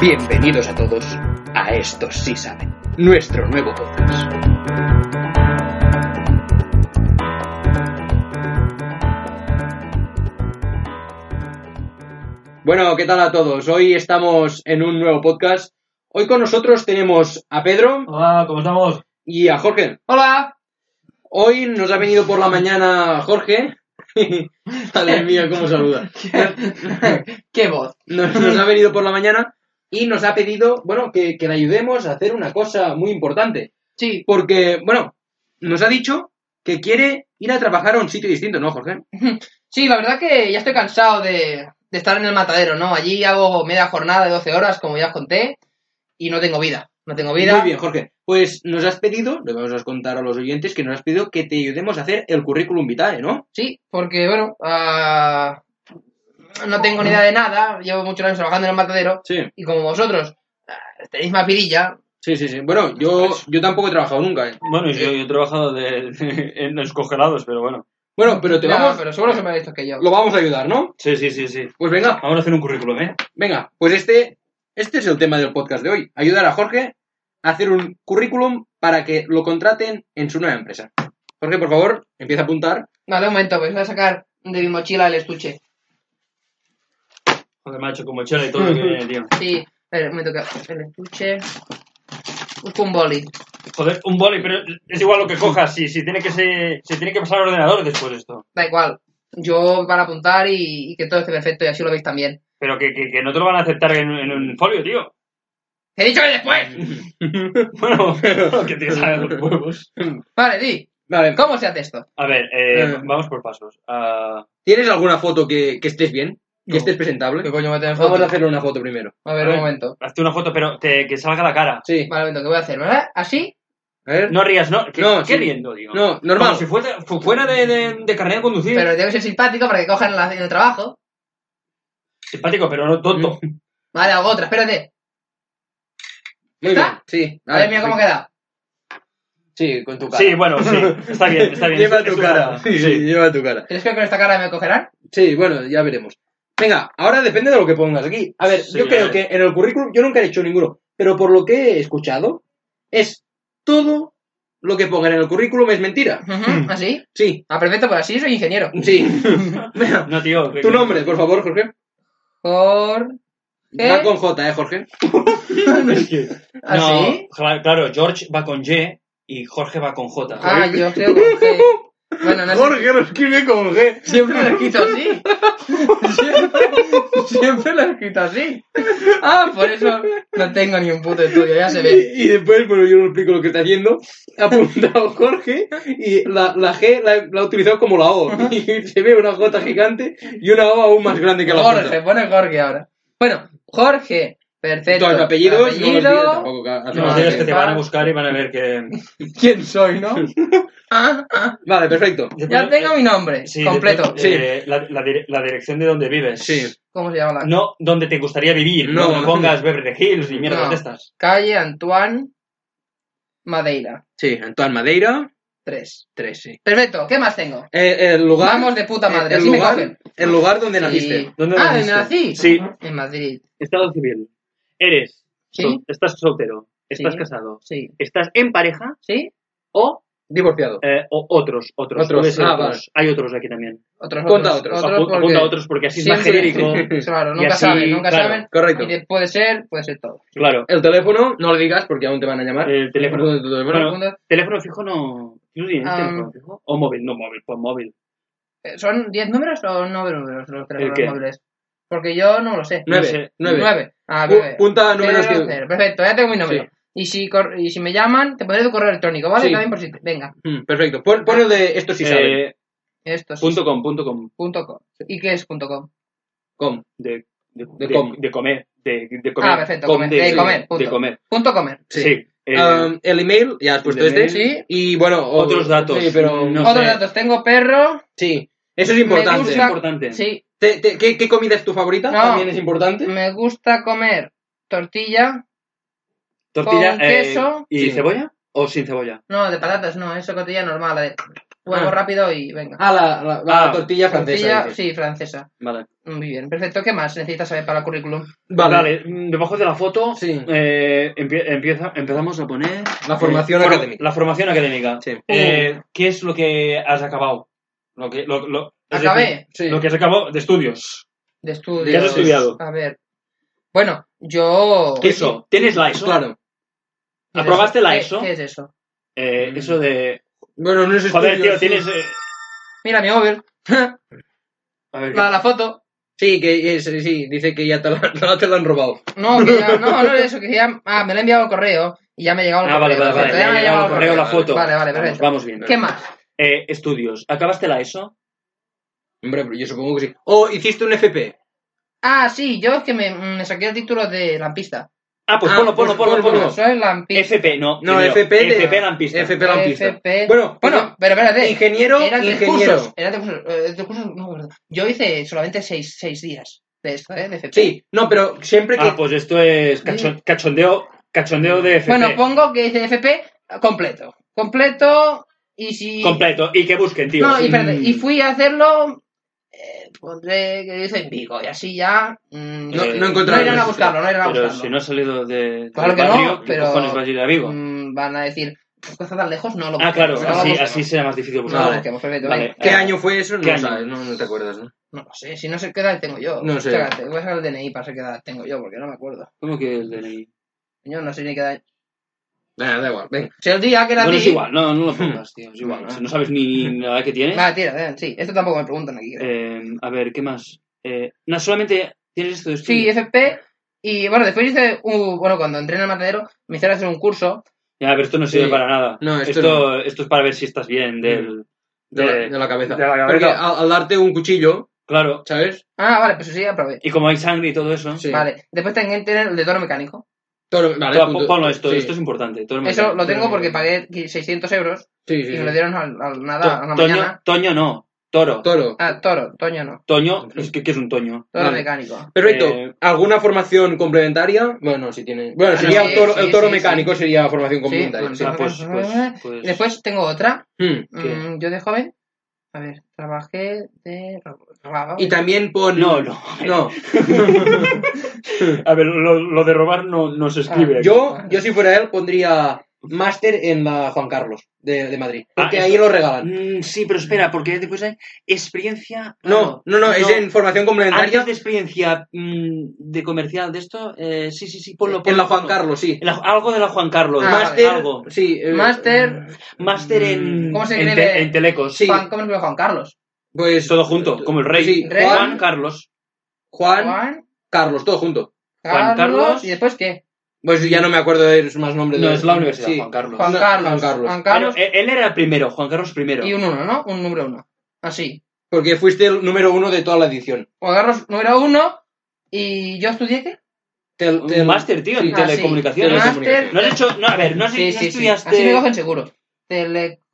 Bienvenidos a todos a Estos sí saben, nuestro nuevo podcast. Bueno, ¿qué tal a todos? Hoy estamos en un nuevo podcast. Hoy con nosotros tenemos a Pedro Hola, ¿cómo estamos? y a Jorge. ¡Hola! Hoy nos ha venido por la mañana Jorge. Madre mía, cómo saluda. ¡Qué voz! nos, nos ha venido por la mañana y nos ha pedido, bueno, que, que le ayudemos a hacer una cosa muy importante. Sí, Porque, bueno, nos ha dicho que quiere ir a trabajar a un sitio distinto, ¿no, Jorge? sí, la verdad que ya estoy cansado de, de estar en el matadero, ¿no? Allí hago media jornada de 12 horas, como ya os conté, y no tengo vida. No tengo vida. Muy bien, Jorge. Pues nos has pedido, le vamos a contar a los oyentes, que nos has pedido que te ayudemos a hacer el currículum vitae, ¿no? Sí, porque, bueno, ah, no tengo ni idea de nada, llevo muchos años trabajando en el matadero, Sí, y como vosotros ah, tenéis más pirilla, sí, sí. sí. Bueno, yo, yo tampoco he trabajado nunca. ¿eh? Bueno, yo, yo he trabajado de- en los congelados, pero bueno. Bueno, pero te ya, vamos, pero seguro que me visto que yo. lo vamos a ayudar, ¿no? Sí, sí, sí, sí. Pues venga, Vamos a hacer un currículum, ¿eh? venga. Pues este, este es el tema del podcast de hoy. Ayudar a Jorge a hacer un currículum para que lo contraten en su nueva empresa. Jorge, por favor, empieza a apuntar. Vale, un momento, pues voy a sacar de mi mochila el estuche. Joder, macho, como chela y todo lo que viene, tío. Sí, espera, me toca el estuche. Busco un boli. Joder, un boli, pero es igual lo que cojas. Si, si, tiene, que ser, si tiene que pasar al ordenador después esto. Da igual. Yo para apuntar y, y que todo esté perfecto y así lo veis también. Pero que, que, que no te lo van a aceptar en, en un folio, tío. ¡He dicho que después! Bueno, que te salen los huevos. Vale, di. Vale, ¿Cómo se hace esto? A ver, eh, Eh. vamos por pasos. Ah, ¿Tienes alguna foto que, que estés bien? Que estés presentable. coño me tenés Vamos a hacerle una foto primero. A ver, A un ver. momento. hazte una foto, pero te- que salga la cara. Sí. Vale, un momento, ¿qué voy a hacer? ¿Verdad? ¿Así? A ver. No rías, ¿no? ¿Qué, No, qué sí. riendo, tío? No, normal. Como si fuera, fu- fuera de, de, de carnet de conducir. Pero tengo que ser simpático para que cojan la, el trabajo. Simpático, pero no tonto. Vale, hago otra, espérate. Muy bien. ¿Está? Sí. A ver, mira cómo queda. Sí, con tu cara. Sí, bueno, sí. Está bien, está bien. Lleva Es- es tu una- cara. Sí, Sí. lleva tu cara. ¿Crees que con esta cara me cogerán? Sí, bueno, ya veremos. Venga, ahora depende de lo que pongas aquí. A ver, Sí, yo a creo ver. que en el currículum yo nunca he hecho ninguno, pero por lo que he escuchado, es todo lo que pongan en el currículum es mentira. Ujú, ¿Así? Sí, Ah, perfecto, pues así soy ingeniero. sí. Venga, No, tío. que- tu nombre, por favor, Jorge. Por... Va con J, eh, Jorge. Es que- ¿Así? No, cla- claro, George va con Y y Jorge va con J. Ah, yo creo que... Bueno, no sé. lo escribe con G. Siempre lo he escrito así. Siempre, siempre lo he escrito así. Ah, por eso no tengo ni un puto estudio, ya se ve. Y, y después, bueno, yo no explico lo que está haciendo. Ha apuntado Jorge y la, la G la, la ha utilizado como la O. Y se ve una J gigante y una O aún más grande que la Jorge, J. pone Jorge ahora. Bueno, Jorge, perfecto. Todos los apellidos, no los Apellido. diré tampoco. claro, No, no, tío, Madre. es que te van a buscar y van a ver que... ¿Quién soy, no? Ah, ah, Vale, perfecto. ya tengo mi nombre Sí, completo. después, eh, la, la dire- la dirección de donde vives. Sí. ¿Cómo se llama la No donde te gustaría vivir. No, No. no pongas Beverly Hills ni mierdas No. de estas. calle? Antoine Madeira Sí, Antoine Madeira, 3. 3, sí. Perfecto, ¿qué más tengo? Eh, el lugar. Vamos de puta madre, el, así me lugar, cogen. el lugar donde Sí. naciste. ¿Dónde ah, ¿dónde naciste? nací? Sí. En Madrid. Estado civil. Eres. Sí. sol- estás soltero. Estás Sí. casado. Sí. Estás en pareja ¿Sí? o, Divorciado. eh, o otros. Otros. Otros. Puede ser Ah, otros. Hay otros aquí también. Otros, Cuenta otros, otros Apu- porque- Apunta a otros porque así es más Siempre. genérico. Claro, Y nunca así, saben, nunca claro. saben. Correcto. Y de- puede ser, puede ser todo. Claro. El teléfono, no lo digas porque aún te van a llamar. El teléfono. Apunta tu teléfono. Bueno. Segundo, Teléfono fijo no. ¿Tú tienes Ah. teléfono fijo? O móvil, no móvil, pues móvil. eh, ¿Son 10 números o 9 números los teléfonos qué? móviles? Porque yo no lo sé. Nueve, sé. nueve. Nueve. Ah, Pu- nueve. punta Uh, Cero, números que. cero. Perfecto, ya tengo mi número. Sí. Y si, cor- y si me llaman, te pondré tu correo electrónico, ¿vale? Sí. También por si te- Venga, Mm, perfecto. Pon, pon el de esto sí sabe. Eh, esto sí, punto com, punto com. punto com. ¿Y qué es punto com? com. de, de, De de- com. de comer. De, de comer. Ah, perfecto, comer, de comer, punto. de comer. Punto comer. Sí. Sí. Eh, Um, el email, ya has puesto el este. email. Sí. Y bueno, o- Otros datos. Sí, pero. No Otros sé. datos, tengo perro. Sí, eso es Me importante. Es gusta- importante. Sí, Te- te- ¿qué, qué comida es tu favorita? No. También es importante. Mm. me gusta comer tortilla. Tortilla Con eh, queso. y Sí. cebolla o sin cebolla. No, de patatas, no, eso tortilla normal, la de huevo Ah. rápido y venga. Ah, la, la- la Ah, tortilla francesa. tortilla, dices. sí, francesa. Vale. Muy bien, perfecto. ¿Qué más necesitas saber para el currículum? Vale. mm, Debajo de la foto Sí. eh, empie- empieza, empezamos a poner La formación eh, for- académica. La formación académica. Sí. Eh, ¿Qué es lo que has acabado? Lo que, lo, lo- Pues es Acabé. decir, Sí. Lo que has acabado de estudios. De estudios. ¿Qué has estudiado? A ver. Bueno, yo. ¿Qué eso? ¿Tienes la ESO? Pues Claro. ¿Qué es ¿Aprobaste eso? la ¿Qué- ESO? ¿Qué es eso? Eh, eso de. Bueno, no es Joder, estudio, tío, sí. tienes. eh, Mira mi móvil. a ver, la, la foto. Sí, que es- sí, dice que ya te la, no te la han robado. No, que ya, no, no es eso, que ya. Ah, me lo ha enviado el correo y ya me ha llegado el Ah, vale, correo. vale, vale. perfecto, me ya ha me ha llegado el correo, la vale, foto. Vale, vale, vamos, perfecto. vamos bien. ¿Qué más? Eh, estudios. ¿Acabaste la ESO? Hombre, pero yo supongo que sí. O hiciste un FP. Ah, sí, yo es que me, mm, me saqué el título de lampista. Ah, pues Ah, ponlo, ponlo, pues ponlo, ponlo. ponlo. Soy lampista. FP, no. No, primero. FP de- FP lampista. FP lampista. FP. Bueno, eh, Bueno, pero Eh, espérate. ingeniero, Eran tres cursos. ingeniero. Eran tres cursos. eh, tres cursos, no, verdad. Yo hice solamente seis, seis días de esto, ¿eh? De FP. Sí, no, pero siempre que. Ah, pues esto es cacho- cachondeo, cachondeo de FP. Bueno, pongo que hice FP completo. Completo y si... Completo. Y que busquen, tío. No, y, espérate, Mm. y fui a hacerlo... eh, pondré que hice en Vigo y así ya... mm, no, eh, no no encontraron. irán a buscarlo, no irán a Pero buscarlo. si no ha salido de, Claro del que no, barrio, ¿qué pero- cojones vas a ir a Vigo? Mm, van a decir, "Pues, cosa tan lejos no lo ah, busquemos, claro, no lo así, busquemos". así será más difícil No lo pues buscarlo. busquemos, perfecto, Vale. venga. ¿Qué año fue eso? Eh, ¿Qué No año? sabes, no, no te acuerdas, ¿no? No lo sé, si no sé qué edad tengo yo. No sé. Espérate, voy a sacar el DNI para saber qué edad tengo yo, porque no me acuerdo. ¿Cómo que el DNI? Yo no sé ni qué edad... Nah, da igual, venga. Si el día que era Bueno, ti... es igual, no, no lo pongas, tío, es igual. Bueno. Si no sabes ni la edad que tienes. Vale, tira, ven, sí. Esto tampoco me preguntan aquí. creo. Eh, a ver, ¿qué más? Eh, no, solamente tienes esto de estudio. Sí, FP. Y bueno, después hice. un- bueno, cuando entré en el matadero, me hicieron hacer un curso. Ya, pero esto no sirve Sí. para nada. No, esto esto, esto, es para ver si estás bien del... De, la, de- de la cabeza. Eh, de la cabeza. Porque al, al darte un cuchillo, Claro. ¿sabes? Ah, vale, pues sí, aprobé. Y como hay sangre y todo eso... Sí. Vale. Después tengo que tener el de toro mecánico. Todo, vale, Toma, punto. pues ponlo esto, Sí. esto es importante. todo el mundo. Eso lo tengo mecánico. porque pagué 600 euros Sí, y sí, me sí. lo dieron al, al- nada, a la To- toño, mañana. toño no, toro. Toro. Ah, toro, Toño no. Toño, es que, que es un toño. Toro Vale. mecánico. Perfecto. Eh, ¿Alguna formación complementaria? Bueno, si tiene. Bueno, Ah, sería no, el toro, sí, el toro sí, mecánico, sería formación complementaria. bueno, sí. Ah, pues, pues, pues- Después tengo otra. Hmm. ¿Qué? Mm, yo de joven. A ver, trabajé de. robaba. Y también pon. No, no. No. A ver, lo, lo de robar no, no se escribe. Ah, Yo, yo si fuera él, pondría máster en la Juan Carlos de, de Madrid. Porque Ah, ahí eso. lo regalan. Mm, sí, pero espera, porque después hay experiencia. No, no, no, es en formación complementaria. Antes de experiencia mm, de comercial de esto, eh, sí, sí, sí, ponlo. ponlo en la Juan ponlo. Carlos, sí. En la- algo de la Juan Carlos. Ah, máster. máster. Algo. Sí. eh, Máster. Máster Mm, en. ¿Cómo se en, escribe? te- en Telecos. Sí. Juan, ¿Cómo se llama Juan Carlos? Pues. Todo junto, como el rey. Sí, Rey. Juan Juan, Carlos. Juan, Juan, Carlos, todo junto. Juan Carlos. Carlos. ¿Y después qué? Pues ya no me acuerdo de su más nombre. No, de- es la universidad, Sí. Juan Carlos. Juan No, Carlos. Ah. Juan Carlos. Juan Carlos. Pero, eh, él era el primero, Juan Carlos primero. Y un uno, ¿no? Un número uno. Así. Porque fuiste el número uno de toda la edición. Juan Carlos número uno. ¿Y yo estudié qué? Tel- Un tel- máster, tío, en sí. Ah, sí. telecomunicaciones. Máster. No has hecho. No, a ver, no, has, Sí, no sí, sí. Ah, estudiaste. Así me cogen seguro.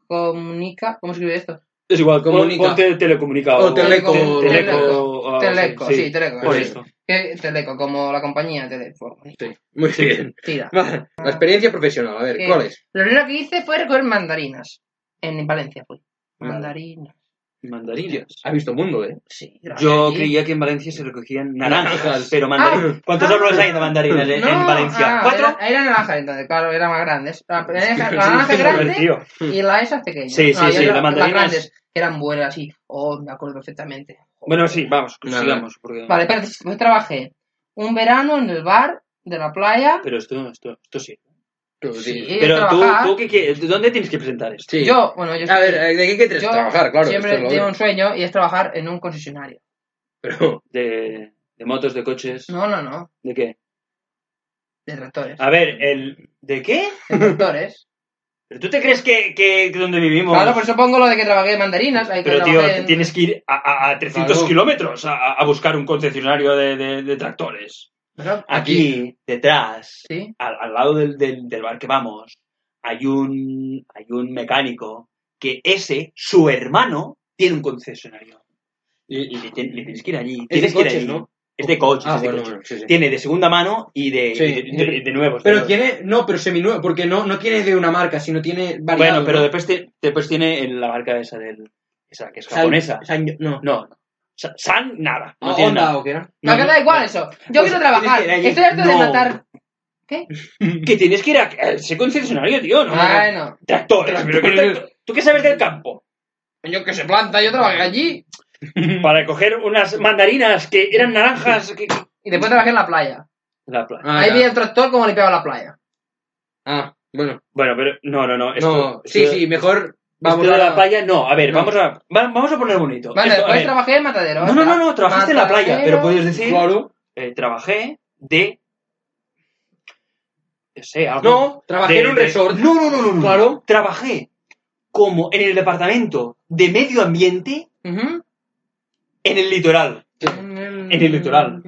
Telecomunica. ¿Cómo escribe esto? Es igual, Comunica. pon- ponte telecomunica. O teleco. Teleco. Teleco. ah, Pues Teleco, sí, teleco. Por sí. esto. ¿Qué? Teleco, como la compañía Telefónica. Sí, muy bien. Tira. Vale, La experiencia profesional, a ver, Eh, ¿cuál es? Lo primero que hice fue recoger mandarinas. En Valencia fui. Vale. Mandarinas. Mandarinas. Has visto mundo, ¿eh? Sí. grabé Yo allí. creía que en Valencia se recogían naranjas, Naranjas. pero mandarinas. Ah, ¿Cuántos ah. árboles hay de mandarinas en, No, en Valencia? ah, ¿Cuatro? Era, era naranja, entonces, claro, era más grande. La naranja, la Sí, naranja sí, grande tío. y la esa pequeña. Sí, sí, yo sí, era- la mandarina Las es- grandes, que eran buenas, así. Oh, me acuerdo perfectamente. Bueno, sí, vamos, Nada. sigamos. Porque... Vale, espérate, pues trabajé un verano en el bar de la playa. Pero esto, esto, esto sí. Tú, Sí, sí. eh, Pero tú, trabajar. tú ¿qué, quieres? ¿dónde tienes que presentar esto? Sí. Yo, bueno, yo, a ver, eh, ¿de qué quieres yo trabajar? Claro, siempre esto es lo tengo obvio. un sueño y es trabajar en un concesionario. Pero, De, de motos, de coches. No, no, no. ¿De qué? Detractores. Ah. A ver, el. ¿De qué? Detractores. ¿Pero tú te crees que, que, que donde vivimos? Claro, por eso pongo lo de que trabajé en mandarinas. Hay que Pero tío, trabajé en- tienes que ir a, a- a 300 Claro. kilómetros a, a buscar un concesionario de, de- de tractores. Bueno, Aquí, detrás, Sí. al, al lado del, del- del bar que vamos, hay un, hay un mecánico que ese, su hermano, tiene un concesionario. Y, y le, ten- le tienes que ir allí. Es de tienes que ir coches, allí. ¿no? Es de coches, Ah, es de bueno, coches. bueno, sí, sí. Tiene de segunda mano y de, Sí, y de, de- de nuevos. de Pero nuevos. tiene, no, pero seminuevo, porque no, no tiene de una marca, sino tiene variado. Bueno, pero ¿no? después, te- después tiene el- la marca esa, del, esa que es San- japonesa. San- no, No, no. Sa- San nada. No Ah, tiene Honda nada. o qué era. No, que da igual no. eso. Yo Pues quiero tienes trabajar. que ir allí. Estoy harto de No. matar. Que tienes que ir a a ese concesionario, tío. ¿no? Bueno, Tractores. pero ¿qué Ah, Tractores. tracto- ¿Tú qué sabes del campo? yo que se planta, yo trabajé allí. Para coger unas mandarinas que eran naranjas. que- que- Y después trabajé en la playa. La pla- Ah, Ahí ya. vi el tractor como limpiaba la playa. Ah, bueno. Bueno, pero no, no, no. esto- no, sí, esto- sí, mejor esto vamos de a la playa, no. A ver, No. Vamos, a, va- vamos a poner bonito. Bueno, Esto, a después ver. trabajé en matadero. No, no, no, no, trabajaste en la playa, Matadero. pero puedes decir, Claro. eh, trabajé de... No sé, algo... No, trabajé de- en un de- resort. No, no, no, no, no. Claro. Trabajé como en el departamento de medio ambiente Ujú. en el litoral. En el litoral.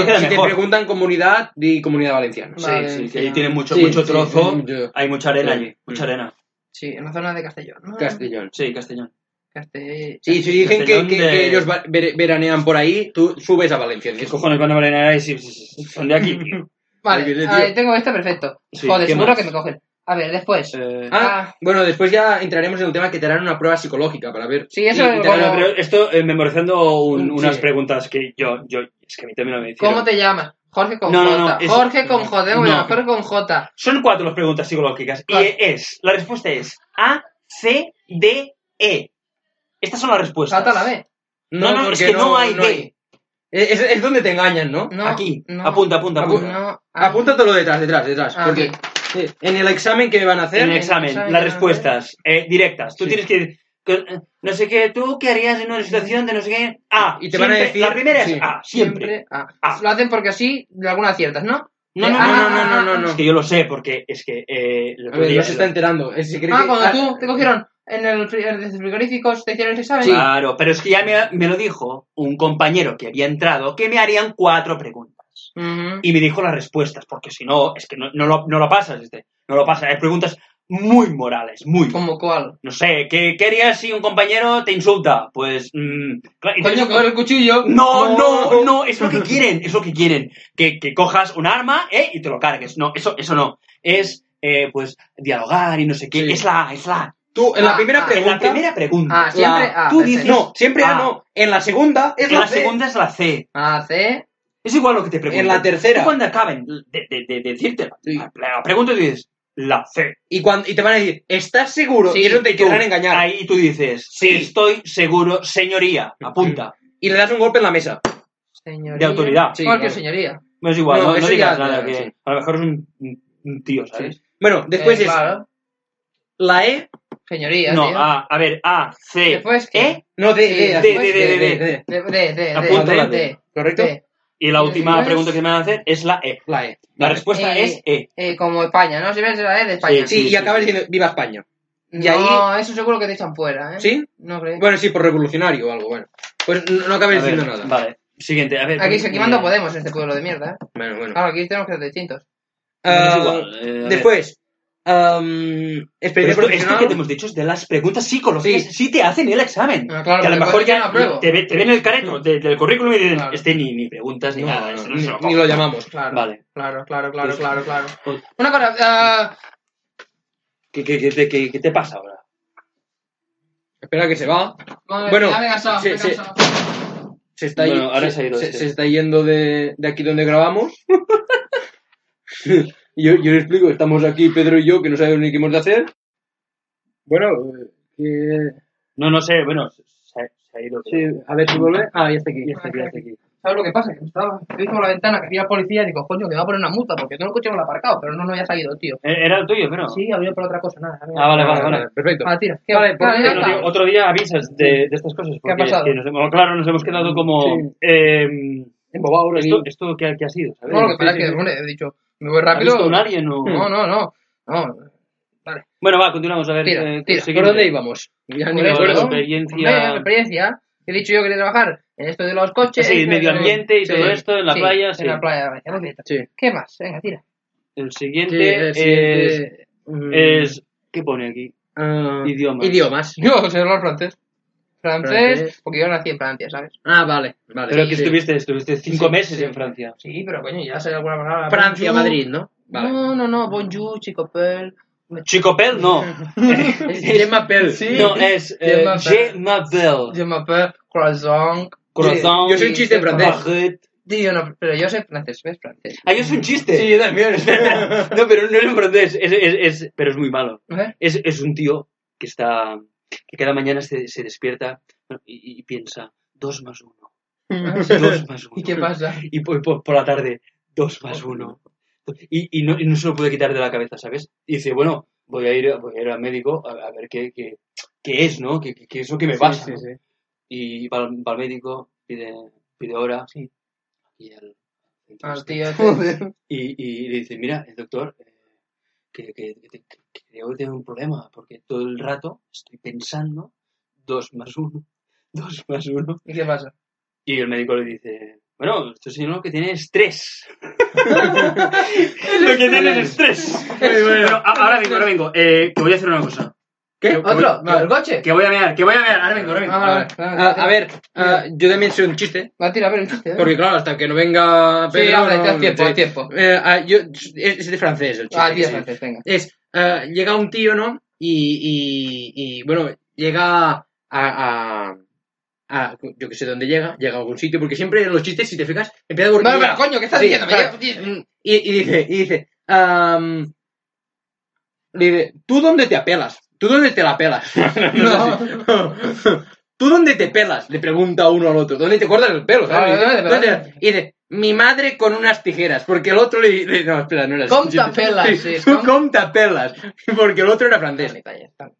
Eh, si queda te mejor. preguntan comunidad, di comunidad valenciana. Sí, Vale, sí, sí, que ahí no. tiene mucho, Sí, mucho sí, trozo. sí, yo- Hay mucha arena Sí. allí, mucha arena. Sí, en la zona de Castellón. ¿no? Castellón. Sí, Castellón. Castell- Sí, si dicen que, Castellón que- de- que ellos va- vere- veranean por ahí, tú subes a Valencia. ¿Qué dices, cojones van a valer ahí si si- si son de aquí? Porque, Vale, tío- ahí tengo este perfecto. Sí, Joder, ¿qué seguro más? que me cogen. A ver, después. Eh, Ah, Ah. bueno, después ya entraremos en un tema que te harán una prueba psicológica para ver. Sí, si eso es te dan- Bueno, como- pero esto eh, memorizando un- Sí. unas preguntas que yo, yo, es que a mí también me hicieron. ¿Cómo te llamas? Jorge con No, no, J. no, es- Jorge con J. No. bueno, Jorge con J. Son cuatro las preguntas psicológicas. Claro. Y es, la respuesta es A, C, D, E. Estas son Pues las respuestas. Salta la B. No, no, es porque E, que no, hay D. Es, es donde te engañan, ¿no? No, Aquí. no, apunta, apunta, Apu- apunta. No, ah, Apúntatelo detrás, detrás, detrás. Ah, porque eh, en el examen que van a hacer. En el el examen, examen, las ¿no? respuestas eh, directas. Tú Sí. tienes que... que- No sé qué, tú qué harías en una situación de no sé qué. A. Y te van a siempre- decir- La primera es sí. A, siempre. siempre. ah. Ah. Lo hacen porque así, de algunas ciertas, ¿no? No, no, Ah, no, no, ah, no, no, ah, no, ah. no. Es que yo lo sé porque es que... Eh, el A otro ver, día- no se está enterando. eh, se cree Ah, que- cuando ah, tú te cogieron en el fri- en los frigoríficos, te hicieron el examen. Claro, pero es que ya me, me lo dijo un compañero que había entrado que me harían cuatro preguntas. Ujú. Y me dijo las respuestas, porque si no, es que no, no lo, no lo pasas, este, no lo pasas. Hay preguntas muy morales, muy... ¿Como cuál? No sé, ¿qué, qué harías si un compañero te insulta? Pues... mm, claro, y te- Coño, coger el cuchillo. No, no, no, es lo que quieren, es lo que quieren. Que, que cojas un arma ¿eh? y te lo cargues. No, eso, eso no. Es, eh, pues, dialogar y no sé qué. Sí. Es la, es la... Tú, en la Ah, primera ah, En pregunta. la primera pregunta. Ah, siempre La- A. tú perfecto. dices- No, siempre Ah. A no. En la segunda es En la, la C. segunda es la C. A, C. Es igual lo que te preguntan. En la tercera. Tú cuando acaben de, de, de decirte la- Ah, Sí. la, la pregunta, tú dices, la C. Y, cuando, y te van a decir, ¿estás seguro? Sí, y eso te Tú, querrán engañar. Ahí tú dices, Sí. estoy seguro, señoría. Apunta. Y le das un golpe en la mesa. Señoría. De autoridad. Sí, Cualquier claro. señoría. No es igual, No, no, no eso digas ya- nada. ya, que sí. A lo mejor es un, un- un tío, ¿sabes? Bueno, después Eh, es Claro. la E. Señoría, No, tío. A, a ver, A, C, Después, ¿qué? E. No, D, Sí, D, D, así, D, D, D, D. De, de, de. Apunta la de, D. de, ¿Correcto? de. Y la última Después- pregunta que me van a hacer es la E. La E. La Vale. respuesta Eh, es E. Eh, como España, ¿no? Si ves la E de España. Sí, Sí, y sí. acabas diciendo, viva España. no, y ahí- eso seguro que te echan fuera, ¿eh? ¿Sí? No creo. Bueno, sí, por revolucionario o algo, bueno. Pues no, no A acabes ver, diciendo nada. Vale, siguiente. A ver, aquí se quemando eh, Podemos en este pueblo de mierda, ¿eh? Bueno, bueno. Claro, aquí tenemos que ser distintos. no es Ah, igual, eh, a ver. después, um, am, Pero experiencia esto, esto profesional. que te hemos dicho es de las preguntas psicológicas. Sí, Sí. te hacen el examen. Ah, claro, que a lo porque mejor puede que no ya apruebo. te, ve- te ven el careto de- del currículum y dicen, Claro. este ni, ni preguntas ni No, nada. no, este no ni, se lo ni cojo". lo llamamos. Claro, Vale. claro, claro, claro, Pues- claro, claro. Pues- Una cosa, ah, ¿Qué, qué, qué, te- qué- qué te pasa ahora? Espera que se va. madre, Bueno, ya me he cansado, sí, me he sí. cansado. Se está, Bueno, yi- se, ahora se ha ido se- este. se está yendo de, de aquí donde grabamos. yo, yo le explico, estamos aquí Pedro y yo, que no sabemos ni qué hemos de hacer. Bueno, eh, que- No, no sé, bueno, se, se ha ido. Eh, sí, a ver si vuelve. Ah, ya está aquí. Ya está aquí, ya está aquí. ¿Sabes lo que pasa? Que estaba, yo vi por la ventana que vi al policía y digo, coño, que me va a poner una multa porque tengo el coche mal aparcado, pero no lo había salido, tío. Eh, Era el tuyo, pero. Sí, había por otra cosa, nada. nada. Ah, vale, vale, Vale, vale. vale, perfecto. Vale, tira. ¿Qué, Ah, Vale, pues, ya Bueno, está. tío, otro día avisas de, de estas cosas. ¿Qué ha porque pasado? que nos hemos- claro, nos hemos quedado como. Sí. em, Embobado ahora aquí. ¿Esto, esto qué, ha- qué ha sido? ¿sabes? No, lo que pasa es Sí, que sí, sí. hombre, he dicho, me voy ¿Ha visto rápido. un alien o- No, no, no. no. Bueno, va, continuamos a ver. Tira, eh, tira. ¿Por siguiente. dónde íbamos? Ya ni Por me la eso, acuerdo. ¿no? Hombre, mi experiencia. experiencia. He dicho yo que quería trabajar en esto de los coches. Sí, en- medio ambiente y sí, todo esto, en la sí, playa, sí. En la playa, vaya, muy bien. Sí. ¿Qué más? Venga, tira. El Sí, siguiente, el siguiente, mm, es, es. ¿Qué pone aquí? ah, idiomas. idiomas. Yo sé hablar francés. Francés, Francés. porque yo nací en Francia, ¿sabes? Ah, vale, vale. Pero Sí, que sí. estuviste, estuviste cinco Sí, meses sí. en Francia. Sí, pero coño, ya sé alguna palabra. Francia, Bonjour. Madrid, ¿no? Vale. No, no, no, bonjour, chico, pel. Chico Pel, no. Es Je m'appelle. Sí. No, es Je eh, m'appelle. Je m'appelle. Je m'appelle croissant. Croissant. Yo soy un chiste en francés. Baguette. Tío, no, pero yo sé francés, ¿ves francés? Ah, yo es un chiste. yo también. No, pero no es en francés. Es, es, es- pero es muy malo. ¿Eh? Es, es un tío que está. que cada mañana se, se despierta y, y piensa: dos más uno. Dos más uno. ¿Y qué pasa? Y por, por- por la tarde, dos más uno. Y, y, no, y no se lo puede quitar de la cabeza, ¿sabes? Y dice, bueno, voy a ir, voy a ir al médico a, a ver qué, qué, qué es, ¿no? ¿Qué, qué- qué es lo que me pasa? ¿no? Y va al, va al médico, pide, pide hora. Y, el- Al Ah, tío, y, y le dice, mira, el doctor, eh, que, que, que, te- que creo que tengo un problema, porque todo el rato estoy pensando dos más uno, dos más uno. ¿Y qué pasa? Y el médico le dice, bueno, este señor lo que tiene es estrés. lo que tiene es estrés. Bueno, a- ahora vengo, ahora vengo. Eh, que voy a hacer una cosa. ¿Qué? Que- que voy- ¿Otro? que- ¿El coche? Que voy a mear, que voy a mear. Ahora vengo, ahora vengo. Ah, vale, vale, Ah, a ver, ah, yo también soy un chiste. Va a tirar, a ver, entonces. ¿eh? Porque claro, hasta que no venga Sí, Pedro... hombre, no- haz tiempo, sí. haz tiempo. Eh, ah, yo, es, es de francés el chiste. Ah, tío, sí. francés, venga. es eh, llega un tío, ¿no? Y, y, y, bueno, llega a, a, a- yo que sé dónde llega, llega a algún sitio, porque siempre en los chistes, si te fijas, empieza por No, pero coño, ¿qué estás Sí, diciendo? Me claro. llevo- Mm, y, y dice, y dice, am, le dice, ¿tú dónde te apelas? ¿Tú dónde te la pelas? No sé si- ¿Tú dónde te pelas? Le pregunta uno al otro. ¿Dónde te cortas el pelo? ¿sabes? Ah, ¿dónde te pelas? ¿Dónde te- Y dice, mi madre con unas tijeras. Porque el otro le, le- No, espera, no era así. Com te pelas, sí, es Tú com- com te pelas. Porque el otro era francés. Dale, dale,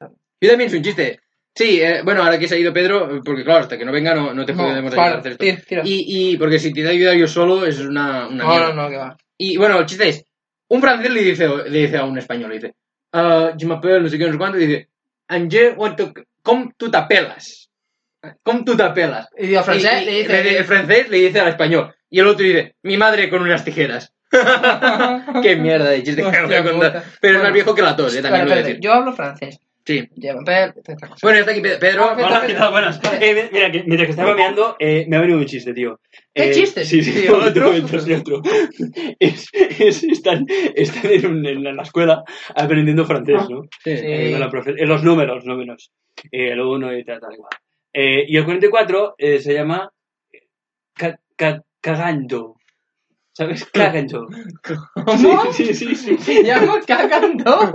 dale. Yo también soy un chiste. Sí, eh, bueno, ahora que se ha ido Pedro, porque claro, hasta que no venga no, no te No, podemos ayudar a para, hacer esto. tira, tira. Y, y porque si te da ayudar yo solo es una, una No, mierda. no, no, que va. Y bueno, el chiste es, un francés le dice, le dice a un español, le dice, ah, je m'appelle, no sé qué, no sé cuánto, y dice, Angé, ¿cómo tú te apelas? ¿Cómo tú te apelas? Y digo, francés Y- le y le di- el dice... francés le dice al español. Y el otro dice, mi madre con unas tijeras. Qué mierda de chiste que Hostia, voy a contar. puta. Pero es Bueno. más viejo que la tos, eh, también Vale, lo voy a espérate, decir. Pues Yo hablo francés. Sí. Ya, pero- esta cosa. Bueno, ya está aquí Pe- Pedro. Ah, Pedro. Hola, ¿qué tal? Buenas. Eh, mira, que, mientras que estaba meando, eh, me ha venido un chiste, tío. ¿Qué Eh, chiste, Sí, sí, tío? otro, otro, sí, otro. Es, es- están están en, un- en la escuela aprendiendo francés, ¿no? Sí. Sí. Eh, con la profe- eh, los números, números. Eh, el 1 y tal, tal, igual. Eh, y el 44 eh, se llama eh, ca- ca- cagando. ¿Sabes? Cagando. ¿Cómo? Sí, sí, sí. sí. ¿Se llama cagando?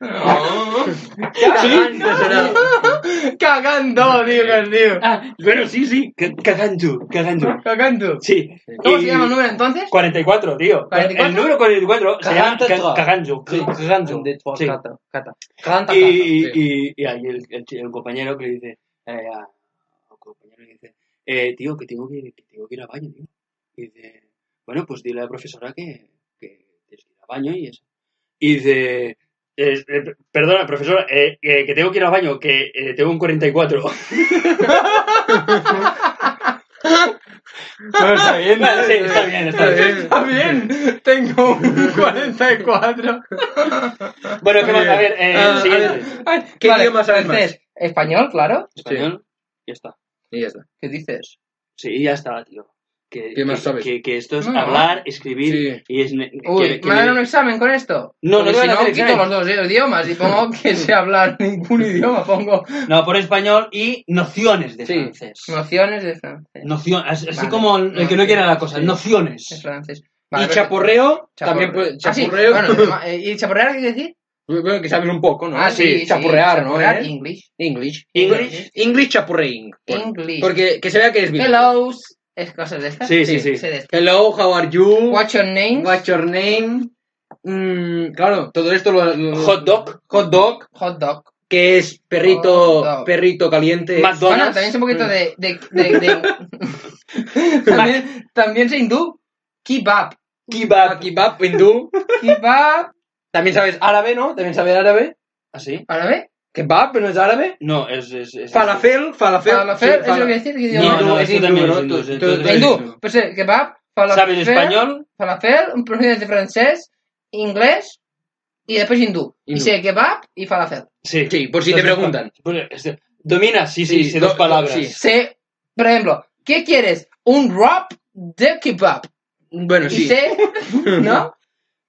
Cagando. Cagando será. Cagando, digo, tío. Ah, bueno, sí, sí. ca- Cagando, cagando. Cagando. Sí. ¿Cómo Y- se llama el número entonces? 44, tío. 44? El número 44 se llama 44. ca- Caganzo. Sí, Caganzo. Sí. Cata, cata. Y, y, y ahí el, el ch- el compañero que le dice, eh, a- al compañero le dice, eh, tío, que tengo que, que tengo que ir al baño, tío. Y dice, bueno, pues dile a la profesora que, que tienes que ir al baño y eso. Y dice, eh, eh, perdona, profesora, eh, eh, que tengo que ir al baño, que eh, tengo un 44. está bien, Bueno, sí, está bien, está bien. Está bien, tengo un 44. Bueno, ¿qué más? A ver, eh, Ah, a siguiente. ver. Ay, ¿Qué idioma sabes más? francés, Español, claro. Español, ya está. Y ya está. ¿Qué dices? Sí, ya está, tío. Que, ¿Qué más que- sabes? Que, que esto es No. hablar, escribir Sí. y es... ne- Uy, que- que ¿me dan ne- un examen con esto? No, no Porque te si van a no, hacer quito los examen. dos idiomas y pongo que sé hablar ningún idioma, pongo No, por español y nociones de Sí. francés. nociones de francés. Noción, así Vale. como el, el que no quiere la cosa, Sí. Es nociones. francés. pues, y chaporreo, también puede. Ah, sí, Chaporreo. bueno, llama- eh, ¿Y chaporrear qué quiere decir? Bueno, que saber un poco, ¿no? Ah, sí, sí, Chapurrear, ¿no? chaporrear, ¿Eh? English. English. English. English chapurreing. English. Porque que se vea que es bilingüe. Hello. Es cosas de estas. Sí, sí, Sí, sí. de estas. Hello, how are you? What's your name? What's your name? Mm, claro, todo esto lo, lo- Hot dog. Hot dog. Hot dog. que es perrito, Oh, no. perrito caliente. McDonald's. Bueno, también es un poquito de. de, de- de- también, también se hindú. Kebab. Kebab, kebab, hindú. Kebab. También sabes árabe, ¿no? También sabes árabe. ¿Así? ¿Árabe? Kebab, pero no es árabe. No, es. es, es Falafel, falafel. ¿Falafel? sí, ¿Eso lo fala- que decir? ¿Qué No, idioma? no, Hindú, es esto hindú, también ¿no? es hindú, Tú- sí, tú- tú- tú- tú- Hindú. Pues eh, kebab. Falafel. ¿Sabes español? Falafel, un proceso de francés, inglés y después hindú. Y Hindú. sé kebab y falafel. Sí. Sí, por si te Entonces, preguntan. bueno, este, Domina, sí, sí, Sí, sé do- dos palabras. sí. Sé, por ejemplo, ¿qué quieres? Un wrap de kebab. Pues Bueno, Y sí. sé, ¿no?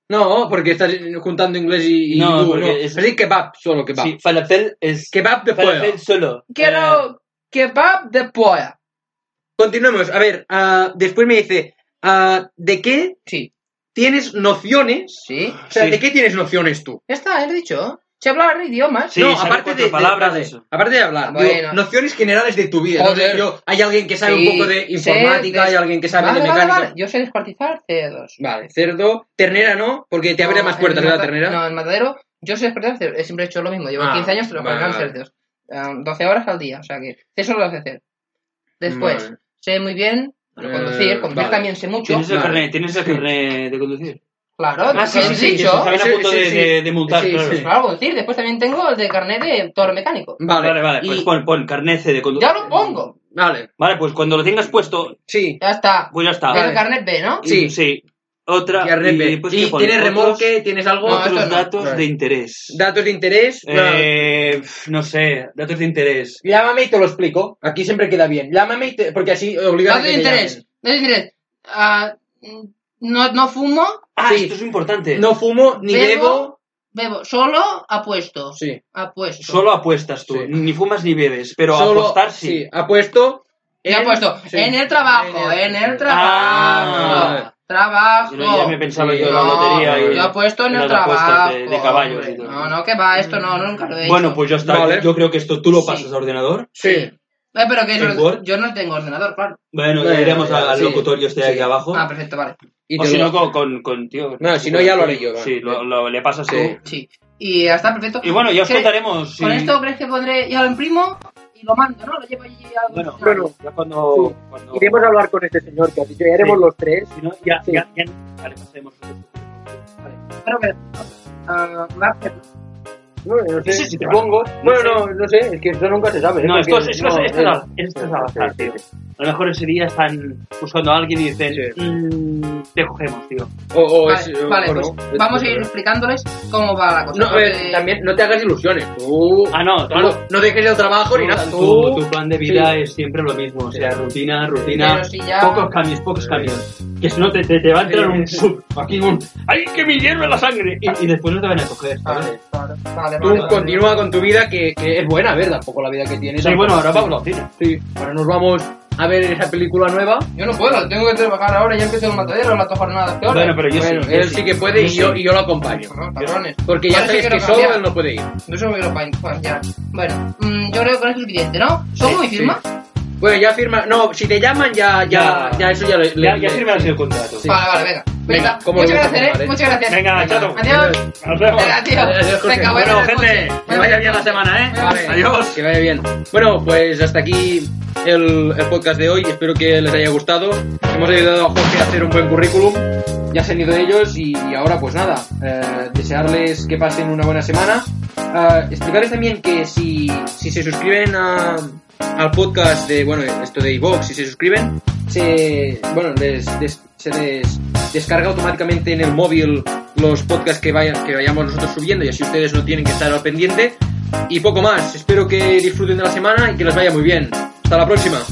No, porque estás juntando inglés y, y No, hindú, porque no. es- Así kebab, solo kebab. Sí, falafel es. Kebab de pollo. Falafel solo. Eh, Quiero kebab de polla. Continuemos. A ver, ah, después me dice, ah, ¿de qué Sí, tienes nociones? sí. O sea, Sí. ¿de qué tienes nociones tú? Ya está, has dicho. Se hablar idiomas. Sí, no, sabe aparte cuatro de, de- palabras, vale, eso. aparte de hablar, Bueno. digo, nociones generales de tu vida. Joder. No sé, yo, hay alguien que sabe Sí, un poco de sé informática, de- hay alguien que sabe Vale, de vale, mecánica. vale. Yo sé descuartizar C2. Vale, cerdo, ternera no, porque te abre No, más en puertas, ¿verdad, mata- ternera? No, en matadero yo soy experto en cerdos. He siempre hecho lo mismo. Llevo Ah, 15 años trabajando vale, en cerdos. Um, 12 horas al día, o sea que eso lo hace hacer. Después, Vale. sé muy bien bueno, conducir, Eh, conducir vale. también sé mucho. Tienes el Vale. carnet, tienes el carnet de conducir. Claro, Ah, sí, también sí, sí, dicho. eso saben a Sí, punto sí, de, sí. de- de montar, Sí, claro. sí. Claro, conducir. Después también tengo el de carnet de torre mecánico. Vale, Vale, vale, pues y- pon, pon carnet de conducir. Ya lo pongo. Vale, Vale, pues cuando lo tengas puesto, sí, Ya está. pues ya está. Tengo Vale. el carnet B, ¿no? Sí. Y- sí. Otra. y arrepe. pues, ¿qué y pone? tienes Otros- remolque, tienes algo... No, Otros, esto no. datos Vale. de interés. Datos de interés... claro. Eh, pf, no sé, datos de interés. Llámame y te lo explico. Aquí siempre queda bien. Llámame y te... Porque así obligas a Dato que te de interés. llamen. Dato de interés. Ah, no, no fumo, Ah, Sí. esto es importante. No fumo, ni Bebo. bebo... bebo. Solo apuesto. Sí. Apuesto. Solo apuestas tú, Sí. ni fumas ni bebes, pero Solo- apostar sí. apuesto... Y ha puesto sí. en el trabajo, en En el- el trabajo. Ah. Trabajo. Yo ya me pensaba Sí, yo en la no, lotería. y- yo he puesto en y el las apuestas trabajo. de- de caballos y hombre. todo. No, no, que va, esto no, nunca lo he hecho. Bueno, pues ya está. Vale. Yo creo que esto tú lo pasas Sí. a ordenador. Sí. Eh, pero que ¿En yo, Word? yo no tengo ordenador, claro. Bueno, Bueno, iremos ya, al sí. locutorio este de Sí. aquí abajo. Ah, perfecto, vale. Y o te si lo- no, con, con, con- tío. No, si no, ya lo haré yo, Sí, vale. lo, lo- le pasas Sí. tú. Sí. Y ya está perfecto. Y bueno, ya os ¿Qué- contaremos. si- Con esto crees que podré, ya lo imprimo y lo mando, ¿no? Lo llevo allí a... Bueno, Bueno. ya cuando. cuando- Iremos a hablar con este señor que ha dicho, ya haremos Sí. los tres. Si no, ya, Sí. ya, ya. Vale, pues pasemos. Espero que... Ah, gracias. No, no sé, Sí, sí, sí, supongo. Bueno, no, no sé, es que eso nunca se sabe. No, ¿eh? esto es, Porque es que no, es- esto es, eh, al- esto es al azar, tío. A lo mejor ese día están buscando a alguien y dicen, Sí. "Mm, te cogemos, tío. O, o Vale, es, o- vale, o no. pues vamos a ir eh, explicándoles cómo va la cosa. eh, No, a ver, porque- también no te hagas ilusiones. Tú, Ah, tú no, claro. no dejes el trabajo ni nada. Tu, Tú, tu plan de vida es siempre lo mismo, o sea, rutina, rutina, Pero si ya... pocos cambios, pocos cambios. Que si no te, te, te va a entrar un Sí. sub, aquí un... ¡Ay, que me hierve la sangre! Y, y después no te van a coger, ¿sabes? Vale, vale, vale, tú vale, vale. continúa con tu vida que, que es buena, ¿verdad? Tampoco la vida que tienes. Sí, bueno, ahora vamos a la cocina. Sí, ahora nos vamos a ver esa película nueva. Yo no puedo, tengo que trabajar ahora, ya empiezo el matadero, las dos jornadas peores. Bueno, pero yo bueno, sí. yo él sí que puede y yo, y yo lo acompaño. No, cabrones. Porque ya Ahora sí sabes quiero que solo cambiar. él no puede ir. No solo quiero pa- fallar. Bueno, mm, yo creo que con es suficiente, ¿no? ¿Cómo mi sí. firma? Bueno, ya firma. No, si te llaman ya, ya, Ya. ya eso ya lo. Ya, le- le- ya firmarás el contrato. Sí. Vale, vale, venga. Venga, Venga, ¿cómo muchas lo vamos a gracias, tomar, ¿eh? eh? Muchas gracias. Venga, chato. Adiós. Nos vemos. Venga, tío. Adiós, José. Venga, pues, voy a Bueno, ir al gente, coche. que vaya bien la semana, ¿eh? Vale. Adiós. Que vaya bien. Bueno, pues hasta aquí el, el podcast de hoy. Espero que les haya gustado. Hemos ayudado a Jorge a hacer un buen currículum. Ya se han ido ellos y, ahora pues nada, eh, desearles que pasen una buena semana. Ah, explicarles también que si, si se suscriben a- al podcast de, bueno, esto de iVox, si se suscriben, se, bueno, les, des- se les descarga automáticamente en el móvil los podcasts que, vayan, que vayamos nosotros subiendo y así ustedes no tienen que estar al pendiente. Y poco más, espero que disfruten de la semana y que les vaya muy bien. Hasta la próxima.